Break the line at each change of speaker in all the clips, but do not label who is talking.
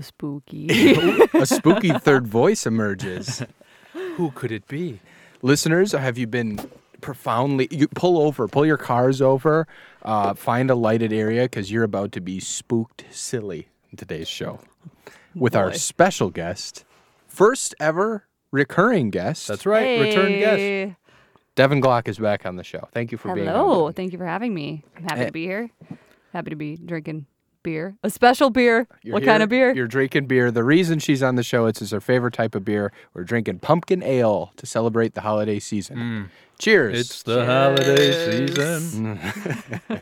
spooky.
a spooky third voice emerges. Who could it be? Listeners, have you been profoundly? You pull over, pull your cars over, uh, find a lighted area because you're about to be spooked silly in today's show with our
Boy.
special guest, first ever recurring guest.
That's right. Return guest.
Hey.
Devin Glock is back on the show. Thank you for being on.
Hello.
Devin.
Thank you for having me. I'm happy
Eh.
Hey.
to be here. Happy to be drinking beer. A special beer.
You're
what kind
here,
of beer?
You're drinking beer. The reason she's on the show it's is her favorite type of beer. We're drinking pumpkin ale to celebrate the holiday season. Cheers.
Mm. It's the holiday season.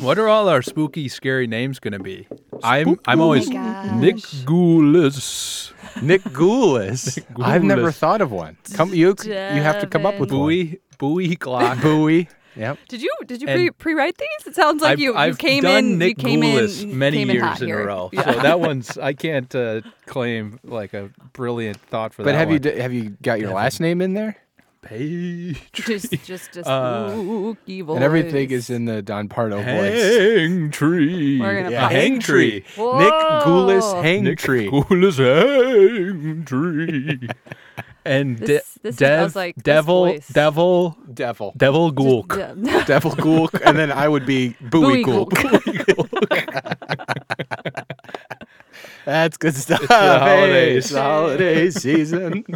what are all our spooky, scary names going to be? I'm I'm always
Oh
Nick Goulis,
Nick Goulis. I've never
Goulis.
thought of one. Come, you you have to come up with one.
Bowie Bowie Glock.
Bowie. Yep.
Did you did you
And-
pre pre write these? It sounds like
I've,
you, you
I've
came
done
in
Nick
you came
Goulis
in
many
came in hot
years in,
here.
a row,
Yeah.
so that one's I can't uh, claim like a brilliant thought for
But
that.
have you
one.
d- have you got your last name in there?
page
just just just
Uh,
spooky voice.
And everything is in the Don Pardo voice.
hang tree?
We're gonna
Yeah.
find-
Hang tree.
Nick Goulis
Whoa.
Hang
Nick
Tree.
Goulis hang tree. and de-
This- this is- I
dev-
was like, this
devil,
voice.
devil,
Devil.
devil gulk.
Yeah.
Devil Gulk. And then I would be Bowie,
Bowie Gulk.
That's good stuff.
holidays.
It's the holiday season.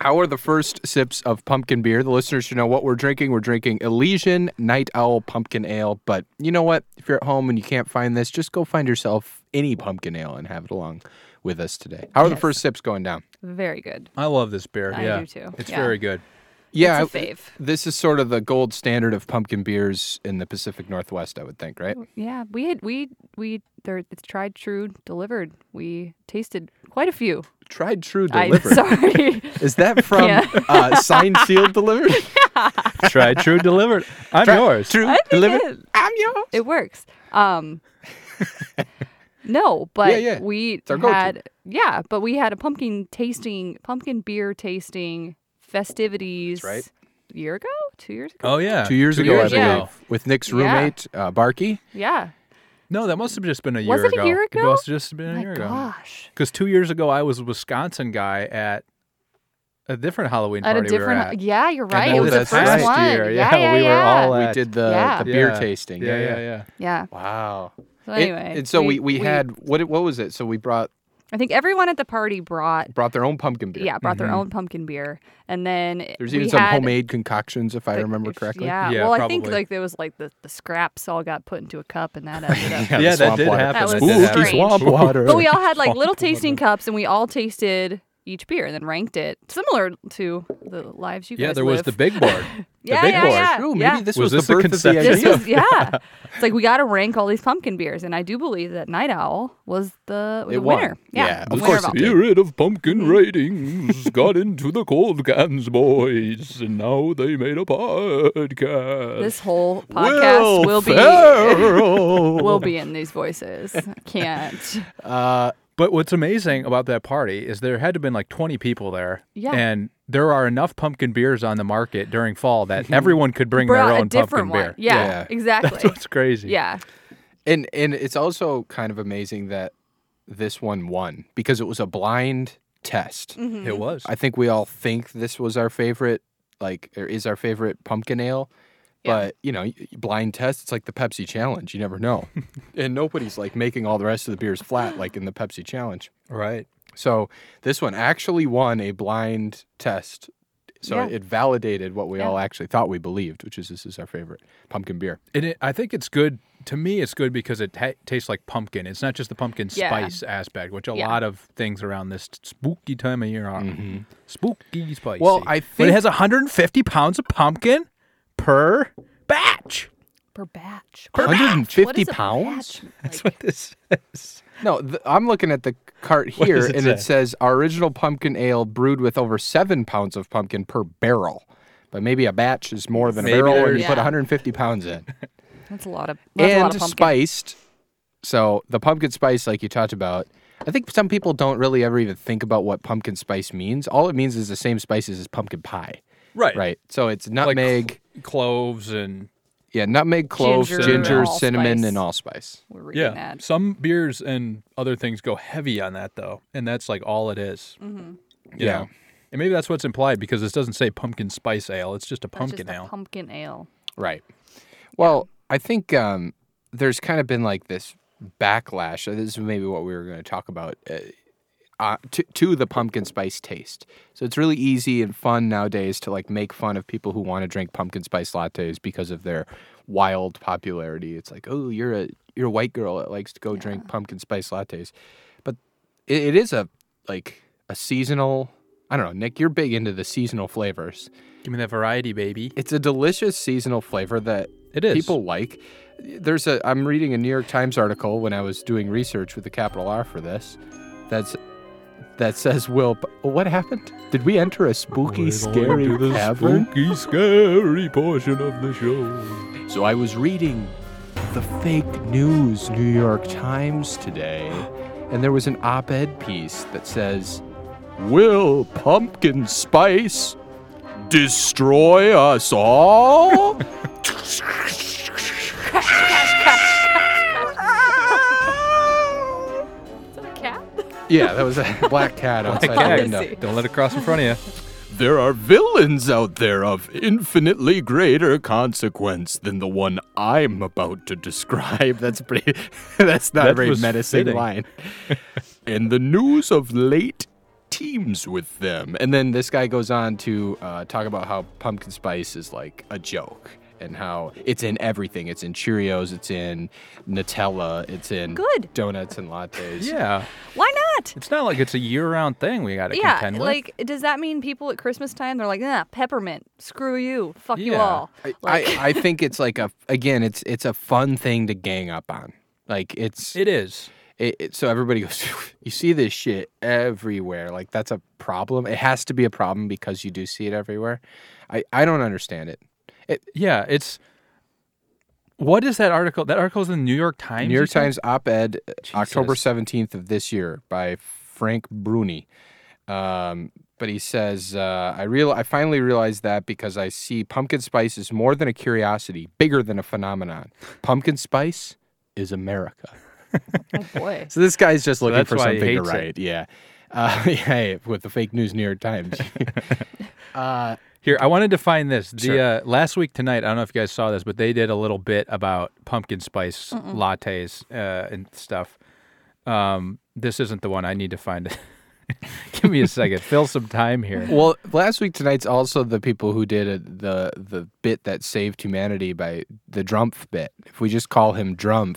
How are the first sips of pumpkin beer? The listeners should know what we're drinking. We're drinking Elysian Night Owl Pumpkin Ale. But you know what? If you're at home and you can't find this, just go find yourself any pumpkin ale and have it along with us today. How are the
Yes.
first sips going down?
Very good.
I love this beer.
I
yeah,
do too.
it's
Yeah.
very good.
Yeah,
It's a
I-
fave.
this is sort of the gold standard of pumpkin beers in the Pacific Northwest, I would think, right?
Yeah, we had we we there it's tried true delivered. We tasted quite a few.
Tried true
I'm
delivered.
sorry.
Is that from
Yeah.
uh, signed sealed delivered?
Try true delivered. I'm yours.
True
I think
delivered.
it-
I'm yours.
it works. Um No, but
yeah.
we
our go-to.
had yeah, but we had a pumpkin tasting, pumpkin beer tasting festivities
right.
a year ago, 2 years ago.
Oh yeah,
two years ago,
years
I
ago.
believe, with Nick's
Yeah.
roommate uh, Barky.
Yeah.
No, that must have just been a year
Was it a
ago.
year
It
ago?
must have just been a
My
year ago.
gosh.
Because two years ago, I was a Wisconsin guy at a different Halloween
At
party
a different
we were at.
Yeah, you're
that
right. It
was
was the
that's
first
last
one. Yeah,
year. Yeah,
yeah,
we were
yeah.
all
We
at-
did the,
Yeah.
the beer
Yeah.
tasting.
Yeah, yeah, yeah.
Yeah.
Wow.
So
It-
anyway,
and so we, we, had what what was it? So we brought
I think everyone at the party brought
brought their own pumpkin beer.
yeah brought their own pumpkin beer, and then
There's
we
even some
had
homemade concoctions, if I
the-
remember
if-
correctly.
Yeah.
Yeah,
well, I think
probably.
like there was like the, the scraps all got put into a cup, and that ended up.
Yeah,
the
that
swamp
did
water.
happen.
That
did
was
happen.
strange. Swamp
water.
But we all had like little tasting cups, and we all tasted each beer and then ranked it, similar to the lives you
Yeah,
guys
there was
live.
the big board.
Yeah,
the big
yeah,
board.
yeah.
True. Maybe this was,
Was this
the
a
birth of the
conception?
idea.
This was yeah. It's like we got to rank all these pumpkin beers, and I do believe that Night Owl was the was
It
a
won.
winner.
Yeah,
Yeah,
of
winner
course
all.
it did.
Spirit of
Mm-hmm.
pumpkin ratings got into the cold cans, boys, and now they made a podcast.
This whole podcast will be will be in these voices. I can't.
Uh,
But what's amazing about that party is there had to have been like 20 people there.
Yeah.
And there are enough pumpkin beers on the market during fall that everyone could bring their
Brought
own
a different
pumpkin
one.
beer.
Yeah,
Yeah.
exactly.
That's crazy.
yeah.
and and it's also kind of amazing that this one won because it was a blind test.
Mm-hmm.
It was.
I think we all think this was our favorite, like, or is our favorite pumpkin ale.
Yeah.
But, you know, y- y- blind test, it's like the Pepsi challenge. You never know. and nobody's like making all the rest of the beers flat, like in the Pepsi challenge.
right.
So this one actually won a blind test. So
Yeah.
it validated what we
Yeah.
all actually thought we believed, which is this is our favorite pumpkin beer.
And it, I think it's good. To me, it's good because it ta tastes like pumpkin. It's not just the pumpkin
Yeah.
spice aspect, which a
Yeah.
lot of things around this spooky time of year are. Spooky spicy.
Mm-hmm. Well, I
But
think-
it has 150 pounds of pumpkin per batch.
Per batch. Per batch.
150
What is a
pounds?
batch? Like,
That's what this says.
No, th- I'm looking at the cart here,
does it
and it
say?
says our original pumpkin ale brewed with over seven pounds of pumpkin per barrel. But maybe a batch is more than a
Maybe
barrel, and
there's-
you put
Yeah.
150 pounds in,
that's a lot of that's a lot
and
of pumpkin.
spiced. So the pumpkin spice, like you talked about, I think some people don't really ever even think about what pumpkin spice means. All it means is the same spices as pumpkin pie,
Right.
right? So it's
Like
nutmeg,
cl- cloves and
Yeah, nutmeg, cloves,
Ginger,
ginger,
and
cinnamon,
allspice.
and allspice.
We're reading
Yeah.
that.
Some beers and other things go heavy on that though, and that's like all it is.
Mm-hmm.
you
Yeah.
know? And maybe that's what's implied because this doesn't say pumpkin spice ale. It's just a
That's
pumpkin
just a
ale.
pumpkin ale.
Right. Well, I think um, there's kind of been like this backlash. uh, This is maybe what we were going to talk about uh, uh, to, to the pumpkin spice taste. So it's really easy and fun nowadays to like make fun of people who want to drink pumpkin spice lattes because of their wild popularity. It's like, oh, you're a you're a white girl that likes to go drink pumpkin spice lattes, but it, it is a like a seasonal. I don't know, Nick. You're big into the seasonal flavors
Give me that variety, baby.
it's a delicious seasonal flavor that
It is.
people like. There's a I'm reading a New York Times article when I was doing research with a capital R for this. That's that says will what happened? Did we enter a spooky scary cavern?
Spooky, scary portion of the show.
So I was reading the fake news New York Times today and there was an op-ed piece that says will pumpkin spice destroy us all?
Is that a cat?
Yeah, that was a black cat outside
cat.
the window.
Crazy.
Don't let it cross in front of you.
There are villains out there of infinitely greater consequence than the one I'm about to describe. That's pretty. That's not
That
a very
was
menacing
fitting.
line. and the news of late teams with them. And then this guy goes on to uh, talk about how pumpkin spice is like a joke. And how it's in everything. It's in Cheerios. It's in Nutella. It's in
Good.
donuts and lattes.
Yeah.
Why not?
It's not like it's a year-round thing we got to
Yeah,
contend with.
like does that mean people at Christmas time they're like, nah, peppermint, screw you, fuck you
Yeah.
all.
I,
Like,
I, I think it's like a again it's it's a fun thing to gang up on like it's it,
it is.
it- so everybody goes you see this shit everywhere like that's a problem it has to be a problem because you do see it everywhere i i don't understand it
Yeah, it's. What is that article? That article's in the New York Times.
new
you
york
said?
times op-ed uh, october
Jesus.
17th of this year by frank bruni um but he says, uh, "I real I finally realized that because I see pumpkin spice is more than a curiosity, bigger than a phenomenon. Pumpkin spice is America."
oh boy.
So this guy's just looking
that's
for
why he
something to
hates it.
write. Yeah. Uh, hey, with the fake news New York Times. uh,
Here, I wanted to find this. The
Sure.
uh, last week tonight, I don't know if you guys saw this, but they did a little bit about pumpkin spice lattes uh, and stuff. Um, this isn't the one I need to find. it. Give me a second. Fill some time here.
well, last week tonight's also the people who did it the the bit that saved humanity by the Drumpf bit. If we just call him Drumpf,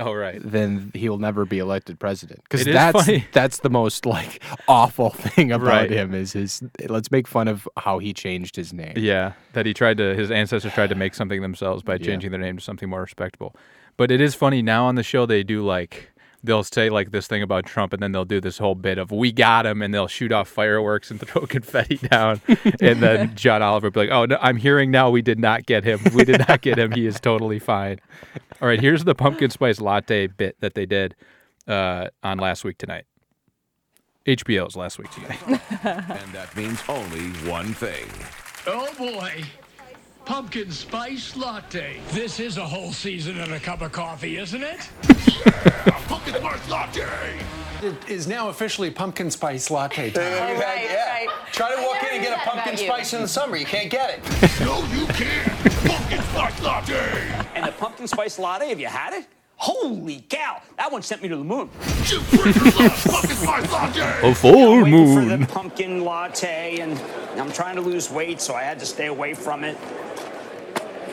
Oh right.
then he'll never be elected president. Because
It is
that's
funny.
that's the most like awful thing about
Right.
him is his. Let's make fun of how he changed his name.
Yeah, that he tried to his ancestors tried to make something themselves by changing their name to something more respectable. But it is funny now on the show they do like they'll say like this thing about Trump and then they'll do this whole bit of we got him and they'll shoot off fireworks and throw confetti down and then John Oliver will be like, "Oh, no, I'm hearing now we did not get him. We did not get him. He is totally fine." All right, here's the pumpkin spice latte bit that they did uh, on last week tonight. HBO's last week tonight.
And that means only one thing.
Oh boy. Pumpkin spice latte. This is a whole season and a cup of coffee, isn't it?
Pumpkin spice latte!
It is now officially pumpkin spice latte time.
Oh, right, right.
Try to
I
walk in
never
and
knew
get a
that
pumpkin
about you.
spice in the summer. You can't get it.
No, you can't! Pumpkin spice latte!
And the pumpkin spice latte, have you had it? Holy cow, that one sent me to the moon.
Just bring your last pumpkin spice latte!
A full
Waiting for the pumpkin latte, and I'm trying to lose weight, so I had to stay away from it.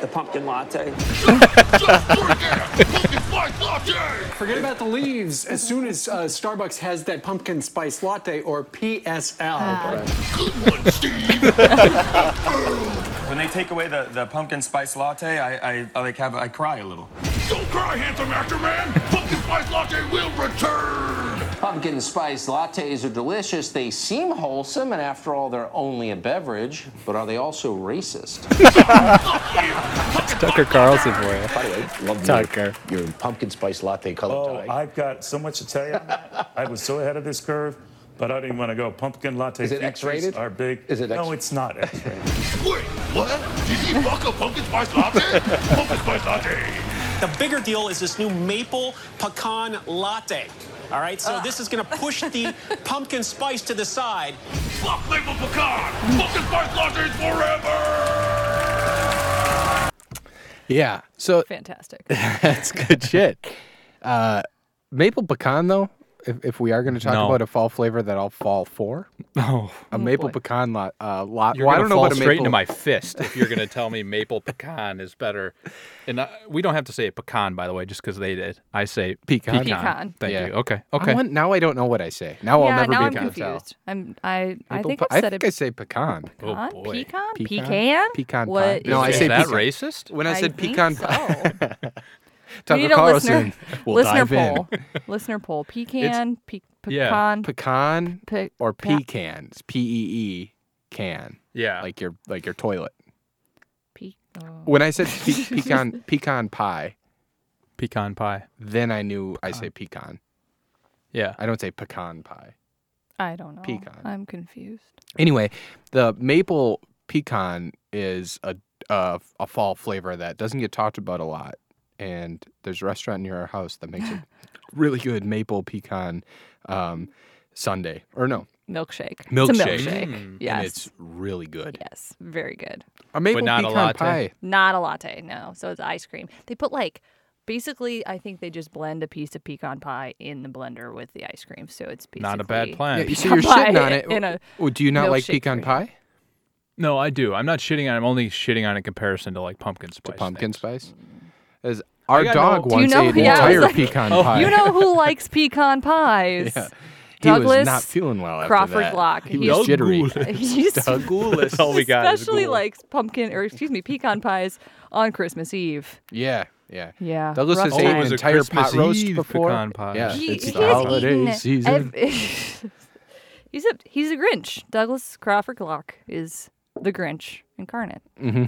The pumpkin latte.
Just bring it! Pumpkin spice latte!
Oh, Forget about the leaves. As soon as uh, Starbucks has that pumpkin spice latte or PSL.
Good one, Steve!
When they take away the, the pumpkin spice latte, I, I, I like have I cry a little.
Don't cry, handsome actor man! Pumpkin spice latte will return!
Pumpkin spice lattes are delicious. They seem wholesome, and after all, they're only a beverage. But are they also racist?
Tucker Carlson for you.
By the way, love
Tucker.
Your, your pumpkin spice latte color
I've got so much to tell you. I was so ahead of this curve,
But I don't even want to go. Pumpkin latte
Is it
features
X-rated?
are big.
Is it
No,
X-
it's not X-rated.
Wait, what? Did he fuck a pumpkin spice latte? pumpkin spice latte.
The bigger deal is this new maple pecan latte. All right, so this is going to push the pumpkin spice to the side.
Fuck maple pecan. Pumpkin spice lattes forever.
Yeah. So
Fantastic.
that's good shit. Uh, maple pecan though. If, if we are going to talk
No.
about a fall flavor that I'll fall for,
Oh.
a maple pecan lot. Uh, lot.
You're
well, I don't
gonna
know
fall
about a
straight into
maple-
my fist if you're gonna tell me maple pecan is better. And I, we don't have to say pecan, by the way, just because they did. I say
Pecan.
pecan.
Pecan.
Thank
Yeah.
you. Okay.
I
Okay.
want- now I don't know what I say. Now
yeah,
I'll never
now
be
I'm
able to tell.
confused. I'm I I
Maple
think
pe-
I've
I
said
think
it.
I say pecan.
Oh,
pecan, pecan,
Pecan?
pecan,
Pecan
What
pie.
is
No, I
it?
say
that
pecan.
racist?
When I,
I
said
think
pecan pie. Tucker
we need a
Carlson.
listener,
will
listener
dive in.
poll. listener poll. Pecan, pe-
Yeah.
pecan.
pecan
pe-
or
pe-
pecan. It's P E E can.
Yeah.
Like your like your toilet.
Pe-
When I said pe- pecan pecan pie,
pecan pie.
Then I knew I say pecan.
Yeah.
I don't say pecan pie.
I don't know.
Pecan.
I'm confused.
Anyway, the maple pecan is a uh, a fall flavor that doesn't get talked about a lot, and there's a restaurant near our house that makes a really good maple pecan um, sundae. Or no,
Milkshake. It's a
milkshake. Mm,
milkshake.
and
Yes.
it's really good.
Yes, very good.
A maple
not a eh?
pecan
latte.
pie.
Not a latte, no. So it's ice cream. They put like basically I think they just blend a piece of pecan pie in the blender with the ice cream. So it's basically
Not a bad plan.
Yeah, you see, you're
Pecan
shitting
pie
on it.
in a
Oh, Do you not like
milkshake
pecan
drink.
pie?
No, I do. I'm not shitting on. I'm only shitting on in comparison to like pumpkin spice.
Pumpkin spice. As
Mm. I
our
got
dog
no-
Do you
once
know-
ate an
yeah, I was
entire
like-
pecan
Oh.
pie.
You know who likes pecan pies?
Yeah. He was
Douglas
not feeling well after
Crawford
that.
Locke.
He was jittery.
He's
Doug Goulis.
All we got is
especially
Goulis.
likes pumpkin or excuse me, pecan pies on Christmas Eve.
Yeah, yeah.
Yeah.
Douglas has
rough
ate
time.
an
was a
entire pot
Christmas
roast
Eve
before.
pecan pie.
Yeah,
He,
it's
he
the
has
holiday
eaten
season.
ev- he's a he's a Grinch. Douglas Crawford Glock is the Grinch incarnate.
yeah,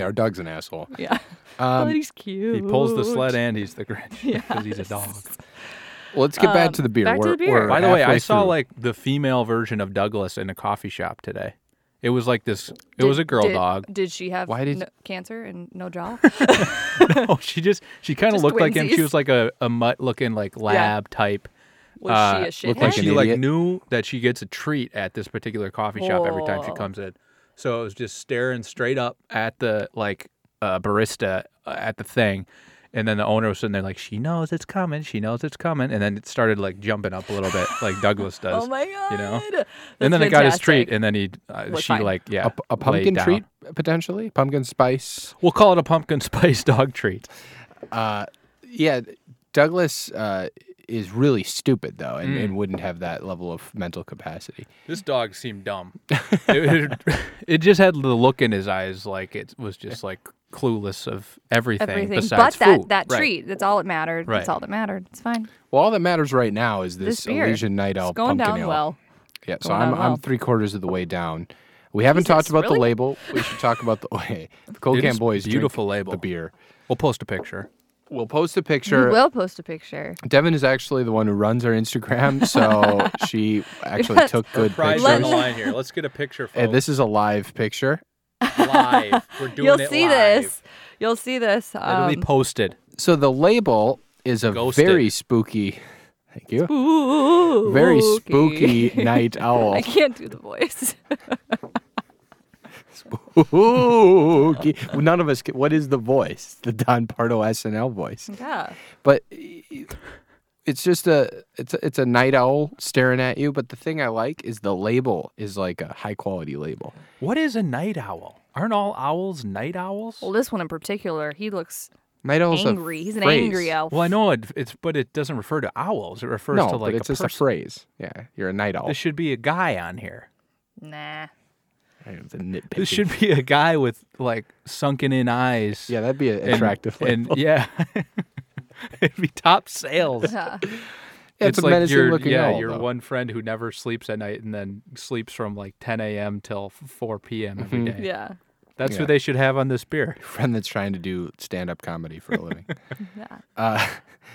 our dog's an asshole.
Yeah, but he's cute.
Um, He pulls the sled and he's the Grinch because he's a dog.
Let's get back to the beer.
back to
we're,
the beer.
we're
By the way, I
halfway
saw
through.
like the female version of Douglas in a coffee shop today. It was like this. It was a
Did-
girl
did-
dog.
Did she have
Why did-
no- cancer and no jaw?
Oh, she just she kind of
Just
looked like him. She
twinsies.
was like a, a mutt looking like lab type.
Was she a
uh,
shithead?
looked
Looked
like
like
she
an
like
idiot.
knew that she gets a treat at this particular coffee shop every time she
Whoa.
comes in. So it was just staring straight up at the like uh, barista uh, at the thing. And then the owner was sitting there like, she knows it's coming. She knows it's coming. And then it started like jumping up a little bit, like Douglas does.
Oh my god!
You know.
That's
and then it got his
fantastic.
treat, and then he uh,
Was
she
fine.
like yeah
a, a
laid
pumpkin
down.
treat potentially, pumpkin spice.
We'll call it a pumpkin spice dog treat.
Yeah, Douglas uh, is really stupid though, and, and wouldn't have that level of mental capacity.
This dog seemed dumb. it, it, it just had the look in his eyes like it was just like clueless of everything,
Everything,
besides
but
food.
that that
Right.
treat. That's all it mattered. That's
Right.
all that mattered. It's fine.
Well, all that matters right now is this,
This beer.
Elysian Night Owl
it's going
pumpkin
down
ale.
well.
Yeah, so
Going
I'm
down
I'm
well.
three quarters of the way down. We haven't
Jesus,
talked about
really?
the label. We should talk about the way. The Cold
It
Can
is
Boys drink
beautiful label.
the beer.
We'll post a picture.
We'll post a
We
picture.
will post a picture.
Devin is actually the one who runs our Instagram, so she actually
Yes.
took good
Prize
pictures.
on the line here. Let's get a picture. Folks.
And this is a live picture.
live. We're doing
You'll
it
see
live.
this. You'll see this.
It'll
Um,
be posted.
So the label is a
Ghosted.
very spooky. Thank you.
Ooh,
Very
spooky.
spooky night owl.
I can't do the voice.
Spooky. None of us. Can, what is the voice? The Don Pardo SNL voice.
yeah.
but it's just a it's a, it's a night owl staring at you. But the thing I like is the label is like a high quality label.
What is a night owl? Aren't all owls night owls?
Well, this one in particular, he looks
Night owl's
angry.
A
He's an
phrase.
angry elf.
Well, I know it, it's, but it doesn't refer to owls. It refers
No,
to like
but it's
a
just
person.
a phrase. Yeah, you're a night owl.
This should be a guy on here.
Nah.
It's a nitpicky.
This should be a guy with like sunken in eyes.
yeah, that'd be an
and-
attractive
and,
label.
yeah, it'd be top sales.
Yeah.
it's, a menacing
your,
looking
yeah,
owl.
your
though.
one friend who never sleeps at night and then sleeps from like 10 a.m. till 4 p.m. every day.
Yeah.
That's
Yeah.
who they should have on this beer.
friend that's trying to do stand up comedy for a living.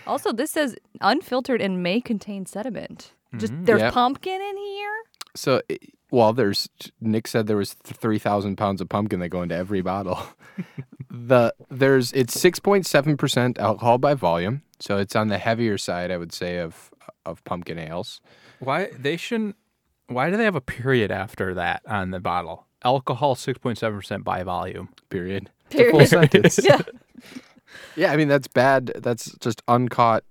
Also, this says unfiltered and may contain sediment. Just
Mhm.
there's
Yep.
pumpkin in here.
So, i- well, there's Nick said there was three thousand pounds of pumpkin that go into every bottle. the there's it's six point seven percent alcohol by volume, so it's on the heavier side, I would say, of of pumpkin ales.
Why they shouldn't? Why do they have a period after that on the bottle? Alcohol six point seven percent by volume.
Period.
It's a full sentence.
yeah.
Yeah, I mean that's bad. That's just uncaught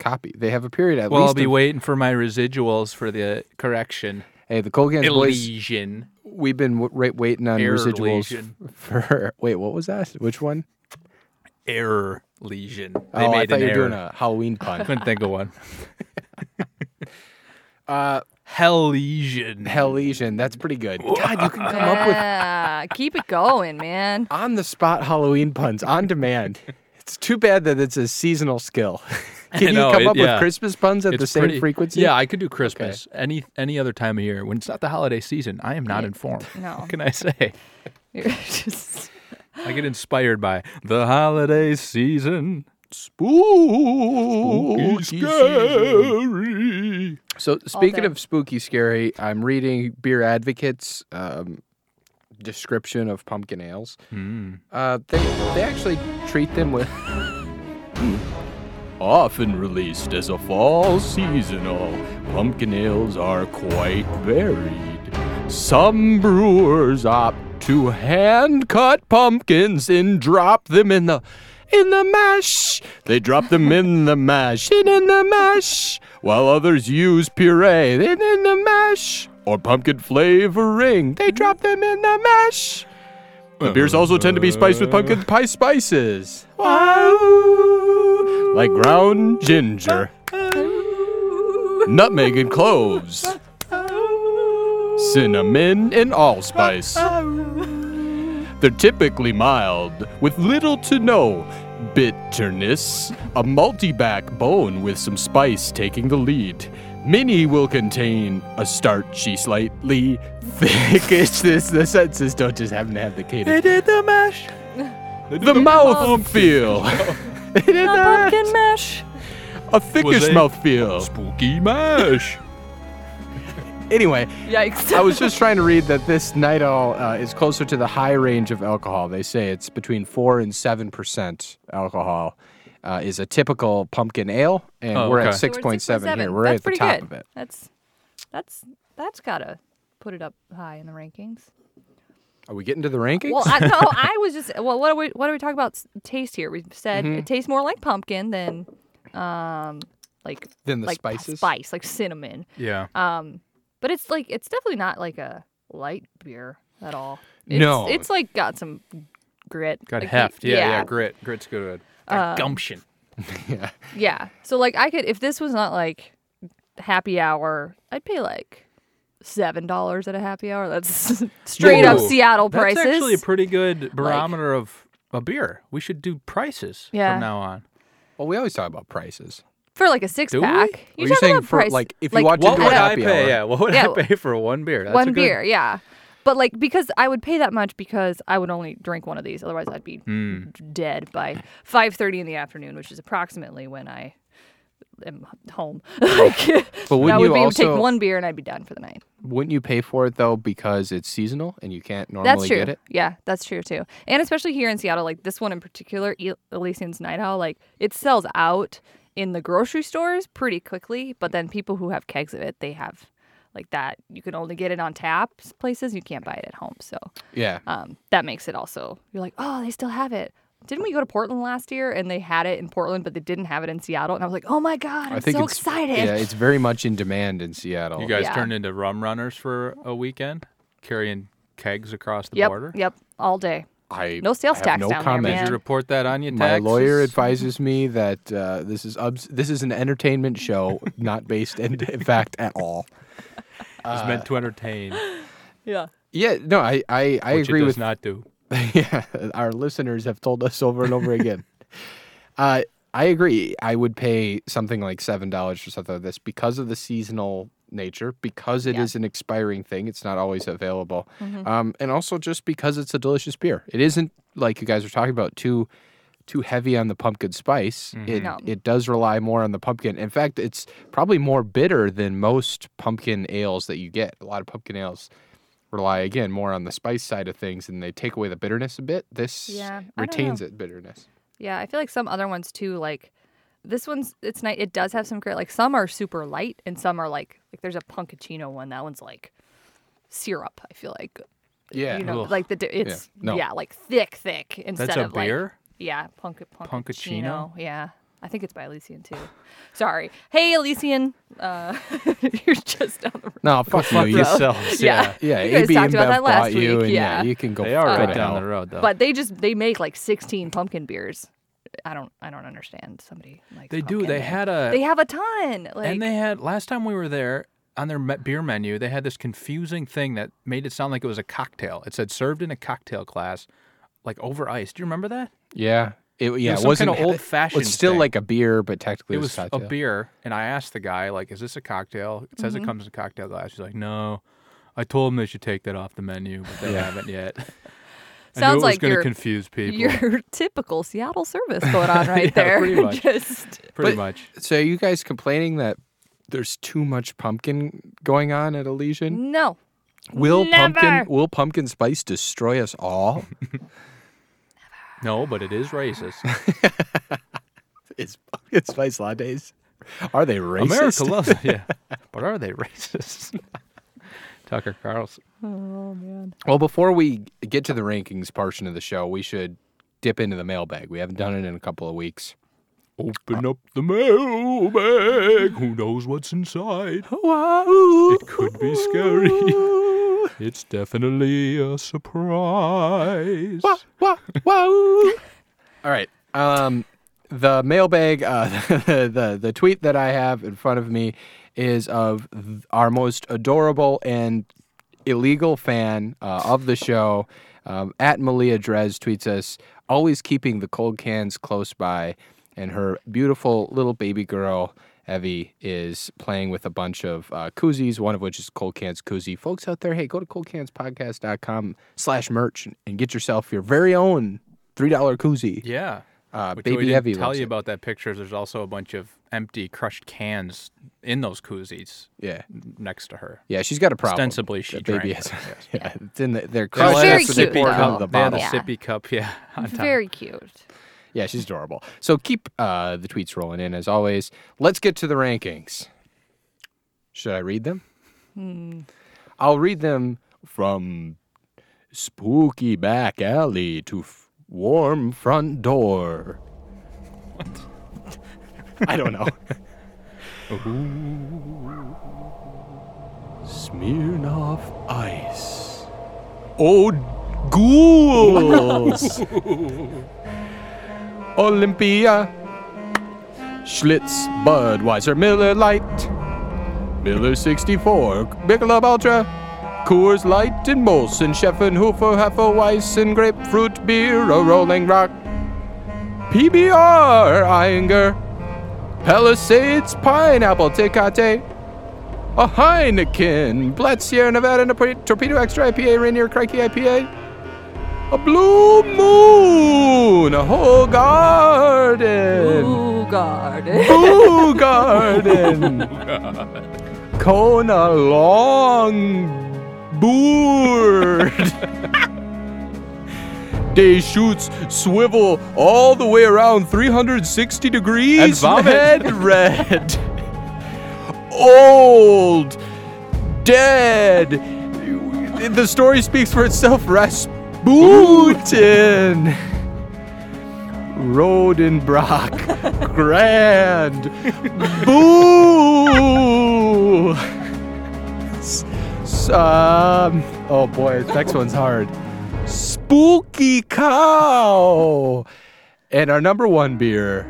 copy. They have a period at
well,
least.
I'll be
of-
waiting for my residuals for the correction.
Hey, the Colgan's boys.
Elysian.
We've been w- right waiting on
Error
residuals
lesion.
f- for. Wait, what was that? Which one?
Error lesion.
oh, I
made
thought
an
you were doing
error.
a Halloween pun.
Couldn't think of one.
Uh,
Hellesian.
Hellesian. That's pretty good. God, you can come up with
yeah, keep it going, man.
on the spot Halloween puns on demand. It's too bad that it's a seasonal skill.
I
Can
know,
you come
it-
up
yeah.
with Christmas puns at the
It's
same
pretty-
frequency?
Yeah, I could do Christmas any any other time of year when it's not the holiday season. I am not informed.
no.
What can I say?
You're just
I get inspired by the holiday season. Spooky, scary.
So speaking of spooky scary, I'm reading Beer Advocate's um, description of pumpkin ales.
Mm.
Uh, they they actually treat them with
Often released as a fall seasonal, pumpkin ales are quite varied. Some brewers opt to hand cut pumpkins and drop them in the in the mash. They drop them in the mash and in the mash, while others use puree and in the mash or pumpkin flavoring. They drop them in the mash. The beers also tend to be spiced with pumpkin pie spices. like ground ginger, nutmeg and cloves, cinnamon and allspice. They're typically mild, with little to no bitterness, a multi backbone with some spice taking the lead. Many will contain a starchy, slightly thick.
it's this the senses don't just happen to have the cadence.
did the mash. The
Oh,
mouth feel.
pumpkin mash.
A thickish
uh, a
mouth feel. Spooky mash.
Anyway,
Yikes.
I was just trying to read that this night owl uh, is closer to the high range of alcohol. They say it's between four and seven percent alcohol uh, is a typical pumpkin ale, and
Oh,
we're at
okay. So
six point seven here. We're
That's
at the
pretty
top
good.
of it.
That's that's that's gotta put it up high in the rankings.
Are we getting to the rankings?
Well, I, no, I was just well. What are we what are we talking about s- taste here? We said
Mm-hmm.
Mhm.
it tastes more like pumpkin than, um, like
Than the
like p-
spices?
spice like cinnamon.
Yeah.
Um, but it's like it's definitely not like a light beer at all. It's,
No.
it's like got some grit.
Got
like,
heft. Yeah, yeah, grit. Grit's good. Got
Um,
gumption.
yeah.
Yeah. So like I could if this was not like happy hour, I'd pay like seven dollars at a happy hour. That's straight up
Ooh,
Seattle
that's
prices.
actually a pretty good barometer of a beer. We should do prices
Yeah.
from now on.
Well, we always talk about prices.
for like a six
Do we?
pack.
Are you
talking
saying
about
for,
price,
like, if you want to
What
do
would
a
I
happy
pay?
hour?
Yeah, what would
Yeah,
I pay for one beer? That's a
one
good-
beer, yeah. But like because I would pay that much because I would only drink one of these, otherwise I'd be
Mm.
d- dead by five thirty in the afternoon, which is approximately when I am home. like,
But wouldn't
I would
you
be able to
also-
take one beer and I'd be done for the night.
Wouldn't you pay for it though because it's seasonal and you can't normally
That's true.
get it?
Yeah, that's true too. And especially here in Seattle, like this one in particular, E- Elysian's Night Owl, like it sells out in the grocery stores pretty quickly. But then people who have kegs of it, they have like that. You can only get it on tap places. You can't buy it at home. So
Yeah.
um, that makes it also you're like, oh, they still have it. Didn't we go to Portland last year and they had it in Portland, but they didn't have it in Seattle? And I was like, oh my god, I'm so
it's,
excited.
Yeah, it's very much in demand in Seattle.
You guys
Yeah.
turned into rum runners for a weekend, carrying kegs across the
yep,
border.
yep, all day.
I
no sales
I have
tax
no
down
comment.
there,
Did
man.
you report that on your
My
taxes?
lawyer advises me that uh, this is obs- this is an entertainment show, not based in, in fact at all.
It's
Uh,
meant to entertain.
yeah.
Yeah, no, I I, I
Which it
agree
does
with
not do.
yeah, our listeners have told us over and over again. Uh, I agree. I would pay something like seven dollars for something like this because of the seasonal nature, because it is an expiring thing. It's not always available,
Mhm.
Mm-hmm.
um, and also just because it's a delicious beer. It isn't like you guys are talking about too too heavy on the pumpkin spice. It
No.
it does rely more on the pumpkin. In fact, it's probably more bitter than most pumpkin ales that you get. A lot of pumpkin ales rely again more on the spice side of things and they take away the bitterness a bit. This
Yeah, I don't
retains
know.
it bitterness.
Yeah, I feel like some other ones too. Like this one's, it's nice. It does have some great. Like some are super light, and some are like like there's a pumpkinchino one. That one's like syrup. I feel like.
Yeah.
You know,
Ugh.
like the di-
Yeah,
it's yeah,
no.
like thick, thick instead
a
of like
beer?
yeah, punk
Punkachino?
pumpkinchino. Yeah. I think it's by Elysian too. Sorry. Hey, Elysian. Uh, you're just down the road.
No, fuck you.
fuck
you-
yourselves,
Yeah.
Yeah.
You guys
AB
talked about
InBev
that last
bought you,
week,
and yeah.
yeah.
you can go.
They are
fuck
right
right
down
out.
the road, though.
But they just they make like 16 pumpkin beers. I don't I don't understand somebody like
They do. They had a.
They have a ton. Like
and they had last time we were there on their me- beer menu. They had this confusing thing that made it sound like it was a cocktail. It said served in a cocktail glass, like over ice. Do you remember that?
Yeah. It, yeah,
was
it
some
wasn't
kinda old-fashioned
It's still
thing.
like a beer, but technically
It
it's
was
a
a
cocktail.
beer, and I asked the guy, like, "Is this a cocktail?" It says
Mhm.
it comes in a cocktail glass. He's like, "No, I told him they should take that off the menu, but they
Yeah.
haven't yet." I knew
sounds
it was
like
going to
your-
confuse people.
Your typical Seattle service going on right
Yeah,
there.
pretty much.
just
Pretty
But-
much.
So, are you guys complaining that there's too much pumpkin going on at Elysian?
no.
Will
Never.
pumpkin will pumpkin spice destroy us all?
No, but it is racist.
Is pumpkin spice lattes are they racist?
America loves it. Yeah, but are they racist? Tucker Carlson.
Oh man.
Well, before we get to the rankings portion of the show, we should dip into the mailbag. We haven't done it in a couple of weeks.
Open up the mailbag. Who knows what's inside? It could be scary. It's definitely a surprise.
Wow! Wow! All right. Um, the mailbag, uh, the, the tweet that I have in front of me is of th- our most adorable and illegal fan uh, of the show. Um, at Malia Drez tweets us, always keeping the cold cans close by, and her beautiful little baby girl. Evie is playing with a bunch of uh, koozies, one of which is Cold Cans koozie. Folks out there, hey, go to coldcanspodcast.com slash merch and- and get yourself your very own $3 koozie.
Yeah.
Uh,
Which we
Baby
didn't
Heavy.
tell
loves
you
it.
about that picture. There's also a bunch of empty, crushed cans in those koozies.
Yeah.
Next to her.
Yeah, she's got a problem.
Ostensibly, she
That baby
drank
has.
it,
yeah, it's in the, they're
They all
crushed.
had
very
a
cute,
sippy
though.
cup.
The
They had a
bottle.
sippy cup. Yeah. On top.
Very cute.
Yeah, she's adorable. So keep uh, the tweets rolling in as always. Let's get to the rankings. Should I read them?
Hmm.
I'll read them from spooky back alley to f- warm front door. What? I don't know.
Smirnoff Ice. Oh, ghouls!
Olympia. Schlitz, Budweiser, Miller Lite, Miller 64, Michelob Ultra, Coors Light and Molson, Scheffenhofer, Hefeweizen, Grapefruit Beer, a Rolling Rock, PBR, Eyinger, Palisades, Pineapple Tecate, a Heineken, Blatt Sierra Nevada, and a Pre- Torpedo Extra IPA, Rainier Crikey IPA, a Blue Moon, a whole garden.
Ooh, garden.
Blue Garden, Kona Long Board. Day shoots swivel all the way around 360 degrees.
And vomit.
Head red. Old. Dead. The story speaks for itself. Rasputin. Rodenbrock. Grand. Boo! S- s- um, oh boy, this next one's hard. Spooky cow. And our number one beer.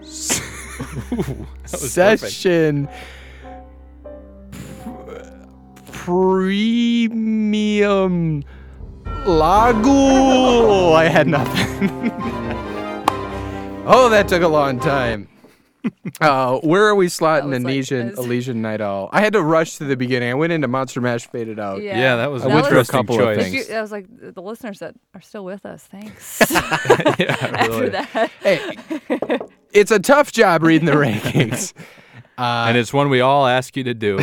s-
was
session. pr- Premium Lago. I had nothing. oh, that took a long time. Uh, where are we slotting
was like
Elysian,
as-
Elysian Night Owl? I had to rush to the beginning. I went into Monster Mash, faded out.
Yeah,
I went through a couple of
Did
things.
You, I was like the listeners that are still with us. Thanks. After
really.
that,
It's a tough job reading the rankings.
Uh, and it's one we all ask you to do.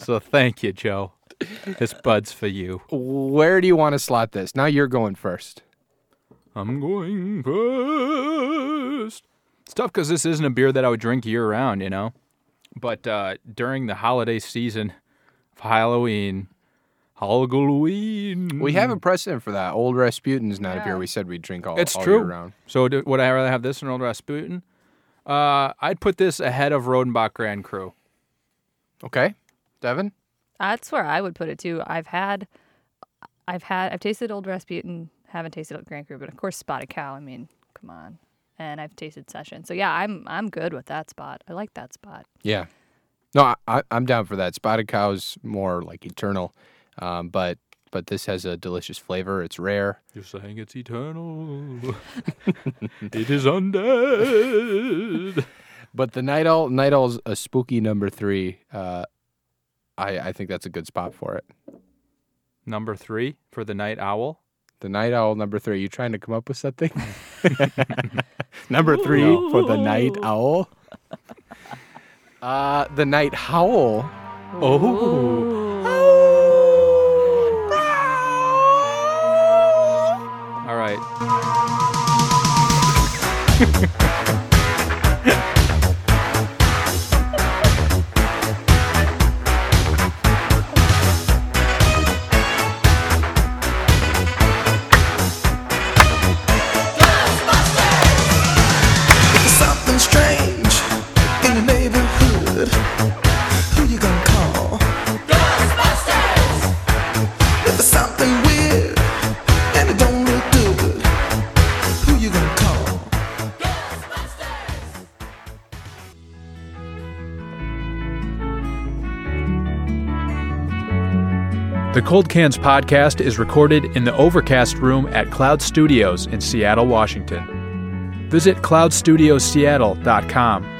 so thank you, Joe. This bud's for you.
Where do you want to slot this? Now you're going first.
I'm going first. It's tough because this isn't a beer that I would drink year round, you know? But uh, during the holiday season of Halloween, Halloween.
We have a precedent for that. Old Rasputin's not a beer we said we'd drink all,
Mm-hmm. it's
all
true.
year round.
So do, would I rather have this or an Old Rasputin? Uh, I'd put this ahead of Rodenbach Grand Cru.
Okay. Devin?
that's where I would put it too. I've had, I've had, I've tasted Old Rasputin. Haven't tasted Old Grand Cru, but of course Spotted Cow. I mean, come on. And I've tasted Session. So yeah, I'm I'm good with that spot. I like that spot.
Yeah. No, I, I, I'm down for that. Spotted cow's more like eternal, um, but but this has a delicious flavor. It's rare.
You're saying it's eternal. it is undead.
But the night owl, night owl's a spooky number three. Uh, I I think that's a good spot for it.
Number three for the night owl.
The night owl number three. you trying to come up with something? number three for the night owl. Uh, the night howl. Oh.
All right.
Something strange in the neighborhood. Who you gonna call? Ghostbusters! If there's something weird and it don't look good, who you gonna call?
The Cold Cans podcast is recorded in the Overcast room at Cloud Studios in Seattle, Washington. Visit cloudstudioseattle.com